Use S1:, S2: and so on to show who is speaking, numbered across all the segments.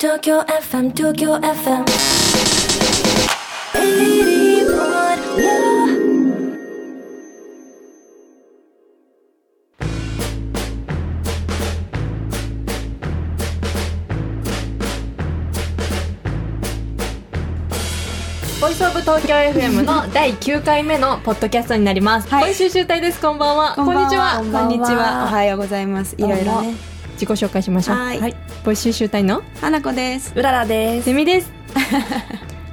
S1: 東京 FM 東京 FM 81.0
S2: ボイスオブ東京 FM の第9回目のポッドキャストになります。
S3: はい
S2: 今週集大です。こんばんは。
S3: こんばんは
S2: にちは。
S3: こんにちは。おはようございます。いろい
S2: どう
S3: ろ
S2: も
S3: ね。
S2: 自己紹介しましょう。
S3: はい
S2: ボイス集大の
S3: 花子です。
S1: うららで
S2: セミです。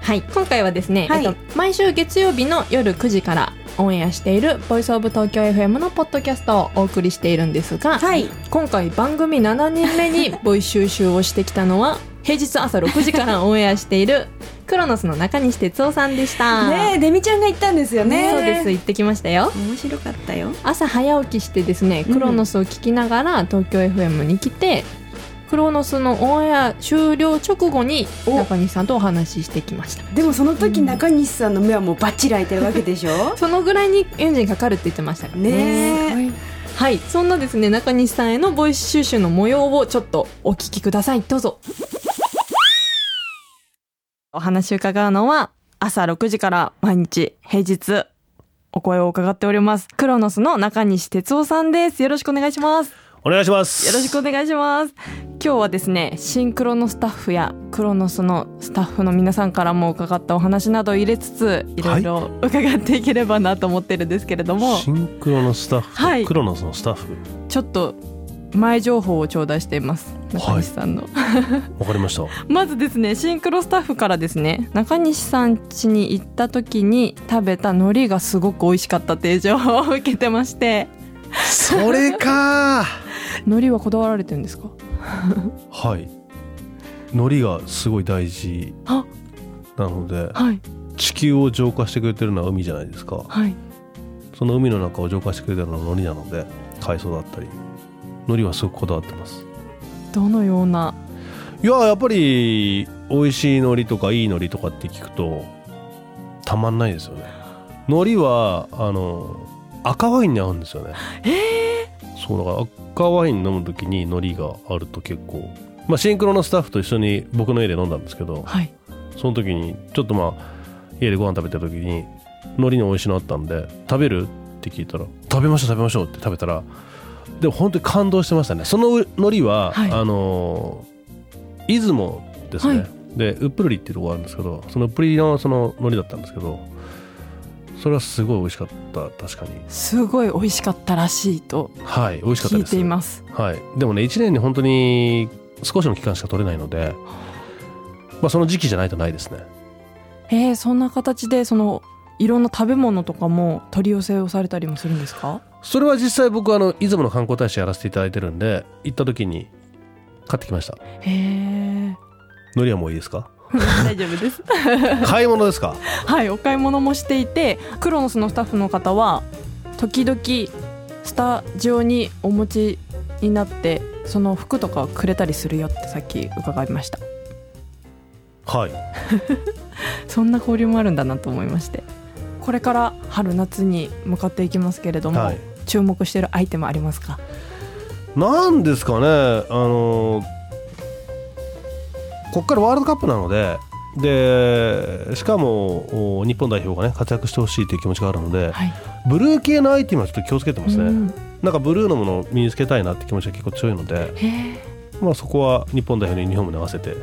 S2: はい。今回はですね、
S3: はい
S2: えっと、毎週月曜日の夜9時からオンエアしているボイスオブ東京 FM のポッドキャストをお送りしているんですが、
S3: はい。
S2: 今回番組7人目 にボイ収集をしてきたのは、平日朝6時からオンエアしているクロノスの中西哲夫さんでした。
S3: ねえ、デミちゃんが言ったんですよね。
S2: そうです。行ってきましたよ。
S3: 面白かったよ。
S2: 朝早起きしてですね、
S3: うん
S2: クロノスを聞きながら東京 FM に来て、クロノスのオンエア終了直後に
S3: お
S2: 中西さんとお話ししてきました。
S3: でもその時中西さんの目はもうバッチリ開いてるわけ でしょ
S2: そのぐらいにエンジンかかるって言ってましたからね。
S3: ねえ。
S2: はい、そんなですね、中西さんへのボイス収集の模様をちょっとお聞きください。どうぞ。お話を伺うのは、朝6時から毎日、平日、お声を伺っております。クロノスの中西哲夫さんです。よろしくお願いします。
S4: お願いします。
S2: よろしくお願いします。今日はですね、シンクロのスタッフやクロノスのスタッフの皆さんからも伺ったお話などを入れつつ、いろいろ伺っていければなと思ってるんですけれども、
S4: シンクロのスタッフと、
S2: はい
S4: クロノスのスタッフ。
S2: ちょっと前情報を頂戴しています。中西さんの。
S4: わかりました。
S2: まずですね、シンクロスタッフからですね、中西さん家に行った時に食べた海苔がすごく美味しかったっていう情報を受けてまして、
S4: それか
S2: 海苔はこだわられてるんですか
S4: はい。海苔がすごい大事
S2: あ
S4: なので、
S2: はい、
S4: 地球を浄化してくれてるのは海じゃないですか。
S2: はい。
S4: その海の中を浄化してくれてるのは海苔なので、海藻だったり。海苔はすごくこだわってます。
S2: どのようない
S4: や、やっぱり、美味しい海苔とかいい海苔とかって聞くと、たまんないですよね。海苔は、あの、赤ワインに合うんですよね。そうだから赤ワイン飲む時に海苔があると結構、まあ、シンクロのスタッフと一緒に僕の家で飲んだんですけど
S2: はい。
S4: その時にちょっとまあ家でご飯食べてる時に海苔の美味しいのあったんで食べるって聞いたら食べましょう食べましょうって食べたらでも本当に感動してましたねその海苔は、
S2: はい
S4: あのー出雲ですね、
S2: はい
S4: でウップルリっていうとこがあるんですけどそのウップルリのその海苔だったんですけどそれはすごい美味しかった確かに
S2: すごい美味しかったらしいと
S4: はい美味しかった
S2: 聞い
S4: です
S2: ています。
S4: はい、でもね1年に本当に少しの期間しか取れないので、まあ、その時期じゃないとないですね
S2: えー、そんな形でそのいろんな食べ物とかも取り寄せをされたりもするんですか？
S4: それは実際僕あの出雲の観光大使やらせていただいてるんで行った時に買ってきました
S2: へえ。
S4: 海苔はもういいです か
S2: 大丈夫です。
S4: 買い物ですか
S2: はい、お買い物もしていて、クロノスのスタッフの方は時々スタジオにお持ちになってその服とかをくれたりするよってさっき伺いました。
S4: はい
S2: そんな交流もあるんだなと思いまして。これから春夏に向かっていきますけれども、
S4: はい
S2: 注目しているアイテムありますか？
S4: なんですかねあのこっからワールドカップなのででしかもお日本代表がね活躍してほしいという気持ちがあるので、
S2: はい。
S4: ブルー系のアイテムはちょっと気をつけてますね、
S2: うん
S4: なんかブルーのものを身につけたいなって気持ちが結構強いので、
S2: へえ。
S4: まあ、そこは日本代表のユニフォームに合わせて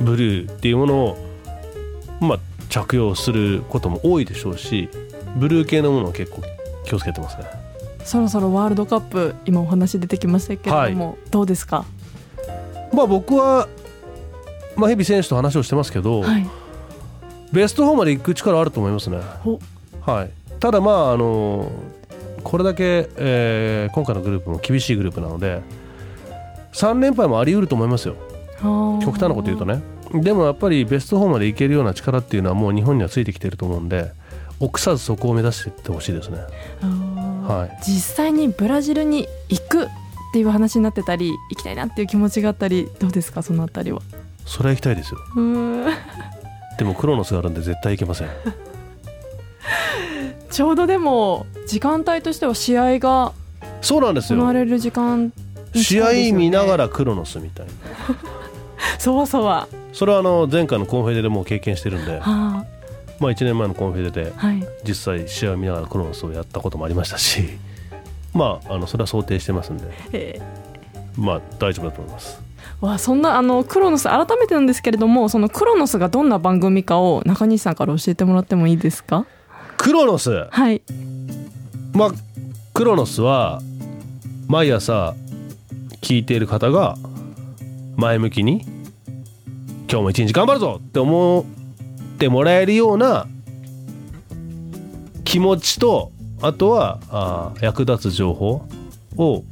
S4: ブルーっていうものを、まあ、着用することも多いでしょうしブルー系のものを結構気をつけてますね
S2: そろそろワールドカップ今お話出てきましたけれども、どうですか、
S4: まあ僕は、まあ、日々選手と話をしてますけど、
S2: はい、
S4: ベスト4まで行く力あると思いますね
S2: お、
S4: はい、ただまああのこれだけ、えー今回のグループも厳しいグループなので3連敗もあり得ると思いますよ極端なこと言うと
S2: ね
S4: ねでもやっぱりベスト4までいけるような力っていうのはもう日本にはついてきてると思うんで臆さずそこを目指していってほしいですねはい
S2: 実際にブラジルに行くっていう話になってたり行きたいなっていう気持ちがあったりどうですかそのあたりは
S4: それは行きたいですよ
S2: うーん
S4: でもクロノスがあるんで絶対行けません
S2: ちょうどでも時間帯としては試合が
S4: そうなんです
S2: 行わ
S4: よ
S2: れる時間に近いです
S4: 試
S2: よね
S4: 合見ながらクロノスみたいな
S2: そわそわ
S4: それはあの前回のコンフェデでもう経験してるんで、
S2: は
S4: まあ、1年前のコンフェデで
S2: あはい
S4: 実際試合を見ながらクロノスをやったこともありましたしまああのそれは想定してますんで
S2: え
S4: まあ大丈夫だと思います
S2: ーわあそんなあのクロノス改めてなんですけれどもそのクロノスがどんな番組かを中西さんから教えてもらってもいいですか
S4: クロノス
S2: はい
S4: まあクロノスは毎朝聞いている方が前向きに今日も一日頑張るぞって思ってもらえるような気持ちとあとはあー役立つ情報を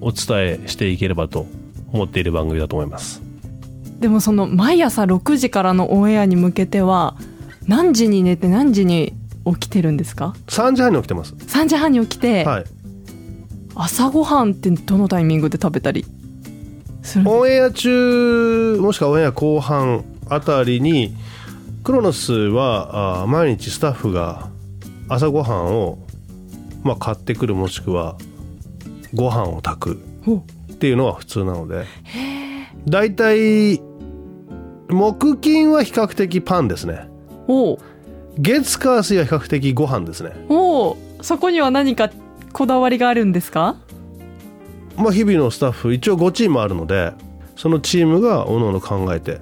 S4: お伝えしていければと思っている番組だと思います。
S2: でもその毎朝6時からのオンエアに向けては何時に寝て何時に起きてるんですか
S4: 3時半に起きてます。
S2: 3時半に起きて、
S4: はい。
S2: 朝ごはんってどのタイミングで食べたりするの
S4: オンエア中もしくはオンエア後半あたりにクロノスはあー毎日スタッフが朝ごはんを、まあ、買ってくるもしくはご飯を炊く
S2: お
S4: っていうのは普通なのでだいたい木金は比較的パンですね
S2: おう
S4: 月火水は比較的ご飯ですね
S2: おうそこには何かこだわりがあるんですか
S4: まあ、日々のスタッフ一応5チームあるのでそのチームがおのの考えて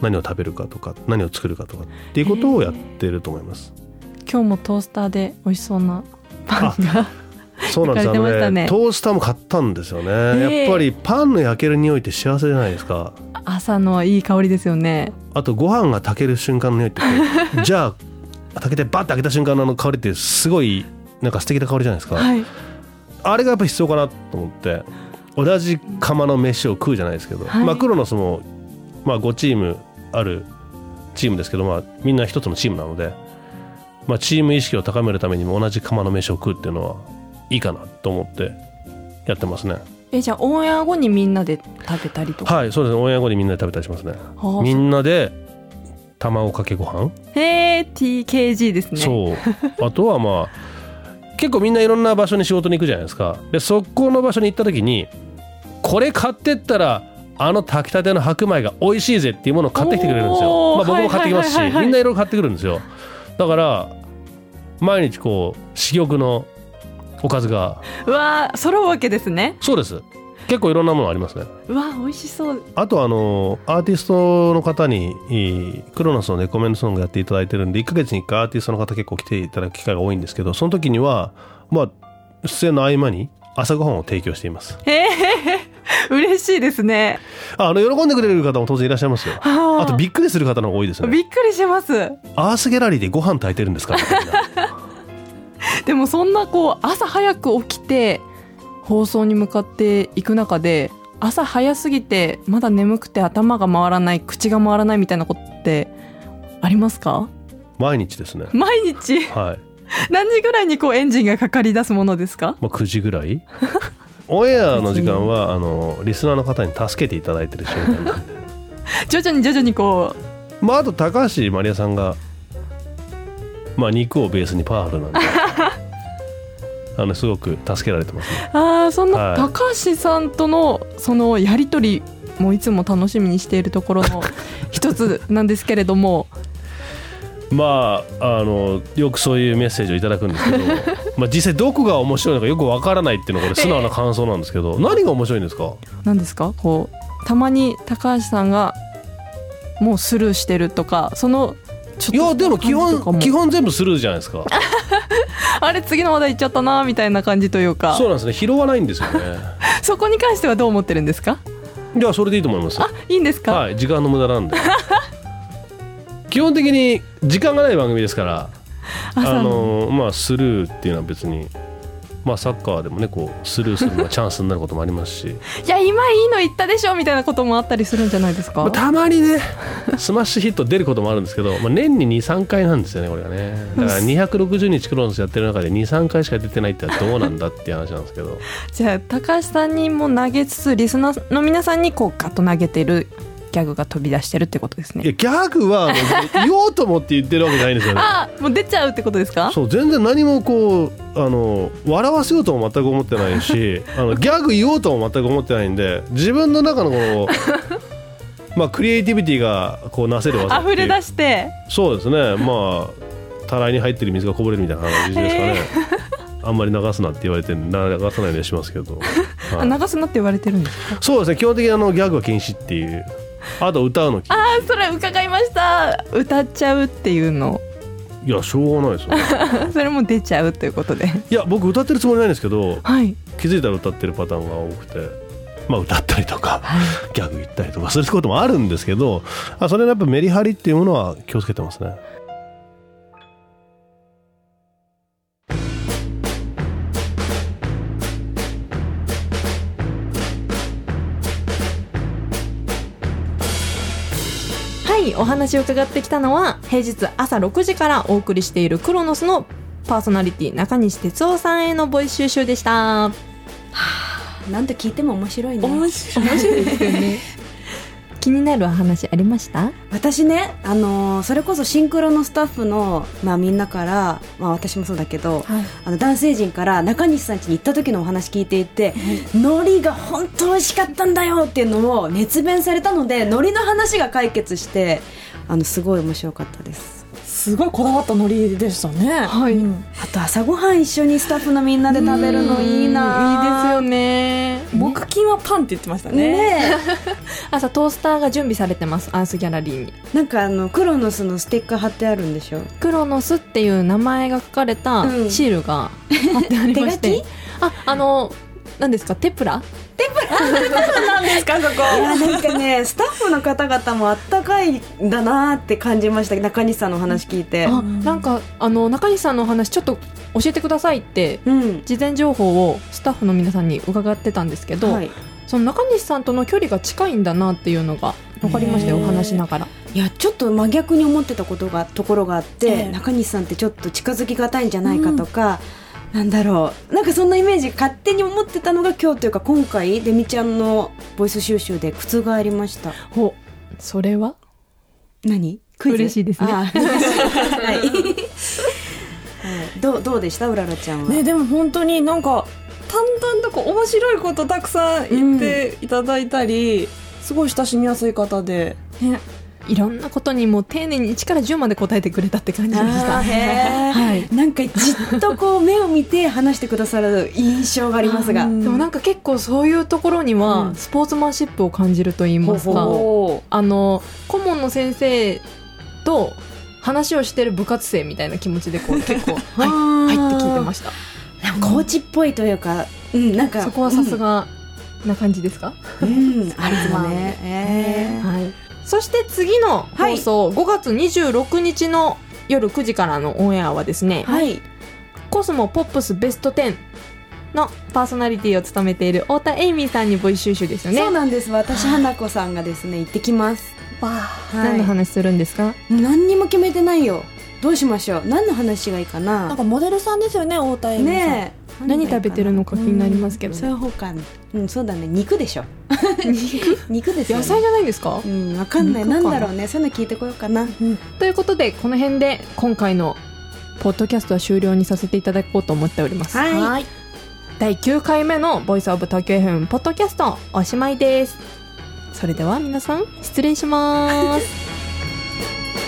S4: 何を食べるかとか何を作るかとかっていうことをやってると思います、
S2: 今日もトースターで美味しそうなパンが
S4: そうなんです
S2: 書いてました
S4: あ
S2: ね
S4: のねトースターも買ったんですよね、
S2: え
S4: やっぱりパンの焼ける匂いって幸せじゃないですか
S2: 朝のいい香りですよね
S4: あとご飯が炊ける瞬間 の匂いってこうじゃあ炊けてバッて開けた瞬間のあの香りってすごいなんか素敵な香りじゃないですか、
S2: はい
S4: あれがやっぱ必要かなと思って同じ釜の飯を食うじゃないですけど、
S2: はい
S4: まあクロノスも、まあ、5チームあるチームですけど、まあ、みんな一つのチームなので、まあ、チーム意識を高めるためにも同じ釜の飯を食うっていうのはいいかなと思ってやってますね
S2: えじゃあオンエア後にみんなで食べたりとか
S4: はいそうですねオンエア後にみんなで食べたりしますね
S2: は
S4: みんなで卵かけご飯、
S2: へえ TKG ですね
S4: そうあとはまあ結構みんないろんな場所に仕事に行くじゃないですかでそこの場所に行った時にこれ買ってったらあの炊きたての白米が美味しいぜっていうものを買ってきてくれるんですよ、
S2: お
S4: まあ、
S2: ー
S4: 僕も買ってきますし、
S2: はいはいはいはい
S4: みんないろいろ買ってくるんですよだから毎日こう珠玉のおかずが
S2: うわー揃うわけですね
S4: そうです結構いろんなものありますね
S2: うわー美味しそう
S4: あとあのアーティストの方にえークロノスのレコメンドソングやっていただいてるんで1ヶ月に1回アーティストの方結構来ていただく機会が多いんですけどその時にはまあ出演の合間に朝ごはんを提供しています
S2: へえ嬉しいですね
S4: ああの喜んでくれる方も当然いらっしゃいますよ
S2: あ
S4: あとびっくりする方の方が多いですね
S2: びっくりします
S4: アースギャラリーでご飯炊いてるんですかみたい な
S2: でもそんなこう朝早く起きて放送に向かっていく中で朝早すぎてまだ眠くて頭が回らない口が回らないみたいなことってありますか
S4: 毎日ですね
S2: 毎日
S4: はい、
S2: 何時ぐらいにこうエンジンがかかり出すものですか
S4: まあ、9時ぐ らいオンエアの時間はあのリスナーの方に助けていただいてる瞬間なんで
S2: 徐々に徐々にこう
S4: まあ、あと高橋まりやさんが、まあ、肉をベースにパワフルなんであのすごく助けられてますね
S2: あーそん
S4: は
S2: ない高橋さんとのそのやり取りもいつも楽しみにしているところ の一つなんですけれども
S4: まああのよくそういうメッセージをいただくんですけどまあ実際どこが面白いのかよくわからないっていうのがこれ素直な感想なんですけど、何が面白いんですか
S2: 何ですかこうたまに高橋さんがもうスルーしてるとかそのち
S4: い
S2: ょ
S4: や
S2: っと
S4: でも基
S2: 感じとか
S4: 本
S2: も
S4: 基本全部スルーじゃないですか
S2: あれ次の話題いっちゃったなみたいな感じというか
S4: そうなんですね拾わないんですよね
S2: そこに関してはどう思ってるんですか
S4: じゃあそれでいいと思います
S2: あいいんですか、
S4: はい時間の無駄なんで基本的に時間がない番組ですから
S2: 朝の
S4: あのーまあスルーっていうのは別に、まあ、サッカーでもねこうスルーする のがチャンスになることもありますし
S2: いや今いいの言ったでしょみたいなこともあったりするんじゃないですか、
S4: まあたまにねスマッシュヒット出ることもあるんですけど、まあ、年に23回なんですよねこれがねだから260日クロノスやってる中で23回しか出てないってのはどうなんだっていう話なんですけど
S2: じゃあ高橋さんにも投げつつリスナーの皆さんにこうガッと投げてるギャグが飛び出してるってことです
S4: いや
S2: ね
S4: ギャグはあの言おうと思って言ってるわけじゃないんですよね
S2: あもう出ちゃうってことですか
S4: そう全然何もこうあの笑わせようとも全く思っ てないしあのギャグ言おうとも全く思ってないんで自分の中のこの まあクリエイティビティがこうなせる技っていう
S2: 溢れ出して
S4: そうですねまあたらいに入ってる水がこぼれるみたいな感じですかね、 あんまり流すなって言われてるんで流さないようにしますけど、
S2: あ
S4: はい
S2: 流すなって言われてるんですか
S4: そうですね基本的にあのギャグは禁止っていうあと歌うの禁止
S2: あそれ伺いました歌っちゃうっていうの
S4: いやしょうがないですよね
S2: それも出ちゃうということで
S4: いや僕歌ってるつもりないんですけど
S2: はい
S4: 気づいたら歌ってるパターンが多くて、まあ、歌ったりとかギャグ言ったりとかすることもあるんですけどあそれはやっぱメリハリっていうものは気をつけてますね
S2: はいお話を伺ってきたのは平日朝6時からお送りしているクロノスのパーソナリティ中西哲夫さんへのボイス収集でした
S3: なんと聞いても面白いね
S2: 白い面白いですよね気になるお話ありました
S3: 私ね、あのーそれこそシンクロのスタッフの、まあ、みんなから、まあ、私もそうだけど、
S2: はい
S3: あの男性陣から中西さん家に行った時のお話聞いていて、海苔が本当美味しかったんだよっていうのを熱弁されたので海苔の話が解決してあのすごい面白かったです
S5: すごいこだわったノリでしたね
S2: はい
S5: うん
S3: あと朝ごはん一緒にスタッフのみんなで食べるのいいない
S2: いいですよね
S5: 木金はパンって言ってましたね
S3: ね
S2: 朝トースターが準備されてますアースギャラリーに
S3: えなんかあのクロノスのステッカー貼ってあるんでしょ
S2: クロノスっていう名前が書かれた
S3: うん
S2: シールが貼ってありまして、
S3: 手書
S2: ああの何ですかテプラ
S5: なんですかそこ
S3: いやなんかね スタッフの方々もあったかいんだなって感じました中西さんのお話聞いて
S2: あなんかあの中西さんのお話ちょっと教えてくださいって
S3: うん
S2: 事前情報をスタッフの皆さんに伺ってたんですけど、
S3: はい、
S2: その中西さんとの距離が近いんだなっていうのが分かりましたよ
S5: へー
S2: お話しながら
S3: いやちょっと真逆に思ってたことがところがあって、
S5: ええ
S3: 中西さんってちょっと近づきがたいんじゃないかとか、なんだろうなんかそんなイメージ勝手に思ってたのが今日というか今回デミちゃんのボイス収集で覆りました
S2: ほそれは
S3: 何クイズ
S2: 嬉しいですね
S3: あー嬉し いはい、はい、どうどうでしたうららちゃんは、
S5: ね、でも本当になんか淡々とこう面白いことたくさん言っていただいたり、すごい親しみやすい方で
S2: ねいろんなことにもう丁寧に1から10まで答えてくれたって 感じでした
S3: あーへー
S2: はい
S3: なんかじっとこう目を見て話してくださる印象がありますが
S5: うん
S2: でもなんか結構そういうところに
S5: う
S2: は
S5: ん
S2: スポーツマンシップを感じると言いますか、
S5: お
S2: あの顧問の先生と話をしてる部活生みたいな気持ちで こう結構はいはいって聞いてました
S3: なんかコーチっぽいというか、うん、なんか
S2: そこはさす、がな感じですか、
S3: うん、うんあるわね、えー
S2: はい、そして次の放送、5月26日の夜9時からのオンエアはですね、
S3: はい、
S2: コスモポップスベスト10のパーソナリティを務めている太田エイミーさんにボイス収集ですよね
S3: そうなんです私花子さんがですね行ってきます、はい、
S2: 何の話するんですか
S3: 何にも決めてないよどうしましょう何の話がいいかな
S5: なんかモデルさんですよね太田恵美さん
S3: ねえ
S2: 何食べてるのか気になりますけど、
S3: そういう方かうんそうだね肉でし ょ肉ですよ、
S2: 野
S3: ね、
S2: 菜じゃないんですか、
S3: うんわかんない
S2: 肉
S3: な
S2: か
S3: ん
S2: な
S3: だろうねそういうの聞いてこようかな
S2: ということでこの辺で今回のポッドキャストは終了にさせていただこうと思っております、
S3: はい
S2: 第9回目の「ボイスオブ東京 FM ポッドキャスト」おしまいですそれでは皆さん失礼します